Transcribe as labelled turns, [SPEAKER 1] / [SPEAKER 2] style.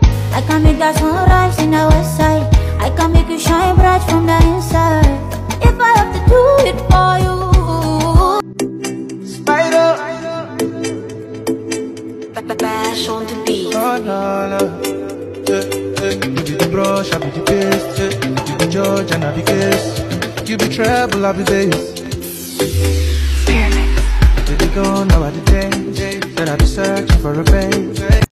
[SPEAKER 1] I can make that song rhymes in the west side. I can make you shine bright from the inside. If I have to do it for you. Spider. Bash on the beat.
[SPEAKER 2] Oh, no, no. Yeah, yeah. You be the brush, I be the paste. Yeah. You be judge, and I be case. You be treble, I be bass. You be gone, now I be dead. Then I be searching for revenge.